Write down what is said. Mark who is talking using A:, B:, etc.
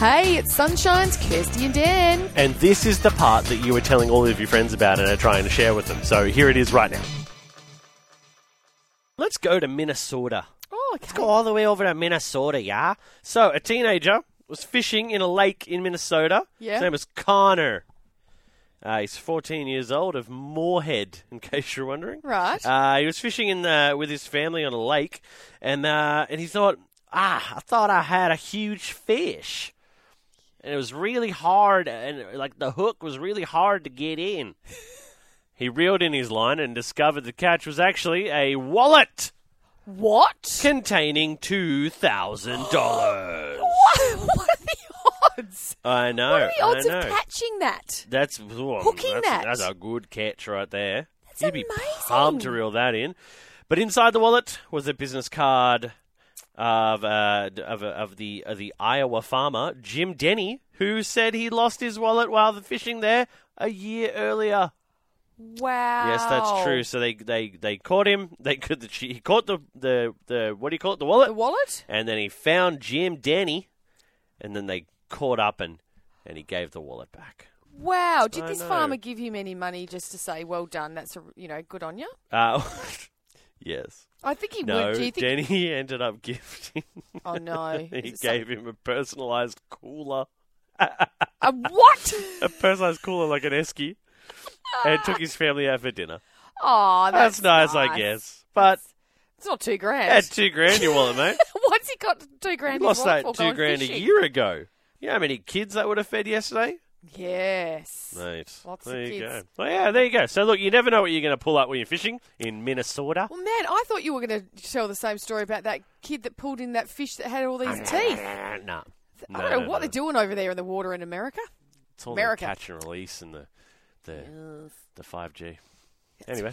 A: Hey, it's Sunshine's Kirsty and Dan.
B: And this is the part that you were telling all of your friends about and are trying to share with them. So here it is right now. Let's go to Minnesota.
A: Oh,
B: Let's go all the way over to Minnesota, yeah? So a teenager was fishing in a lake in Minnesota.
A: Yeah.
B: His name was Connor. Uh, he's 14 years old of Moorhead, in case you're wondering.
A: Right.
B: Uh, he was fishing in the, with his family on a lake, and uh, and he thought, ah, I thought I had a huge fish, and it was really hard, and like the hook was really hard to get in. he reeled in his line and discovered the catch was actually a wallet
A: What?
B: containing two thousand dollars.
A: what? What are the odds?
B: I know.
A: What are the odds
B: I know.
A: of catching that?
B: That's whoa,
A: Hooking
B: that's,
A: that.
B: That's a good catch right there.
A: That's
B: You'd be
A: amazing.
B: pumped to reel that in. But inside the wallet was a business card of uh, d- of, of the of the Iowa farmer Jim Denny, who said he lost his wallet while fishing there a year earlier.
A: Wow.
B: Yes, that's true. So they they, they caught him. They could he caught the, the the what do you call it the wallet?
A: The wallet?
B: and then he found Jim Denny, and then they caught up and and he gave the wallet back.
A: Wow. Did
B: I
A: this
B: know.
A: farmer give him any money just to say, well done, that's, a, you know, good on you?
B: Uh, yes.
A: I think he
B: No,
A: would. Do you think?
B: Denny ended up gifting.
A: Oh, no.
B: he
A: Is it
B: gave him a personalized cooler,
A: some- a what?
B: a personalized cooler like an Esky, and took his family out for dinner.
A: Oh, that's,
B: That's, nice, I guess. But
A: It's not two grand.
B: that's two grand your wallet, mate.
A: What's he got two grand?
B: You
A: in his
B: lost
A: wallet
B: that
A: for
B: two
A: going
B: grand a
A: fishing?
B: year ago. You know how many kids that would have fed yesterday?
A: Yes.
B: Mate.
A: Lots of
B: there you
A: kids.
B: go. Well, yeah, there you go. So look, you never know what you're going to pull up when you're fishing in Minnesota.
A: Well, man, I thought you were going to tell the same story about that kid that pulled in that fish that had all these teeth.
B: no.
A: I don't know what they're doing over there in the water in America.
B: It's all
A: America.
B: the catch and release and the the the five G. Anyway.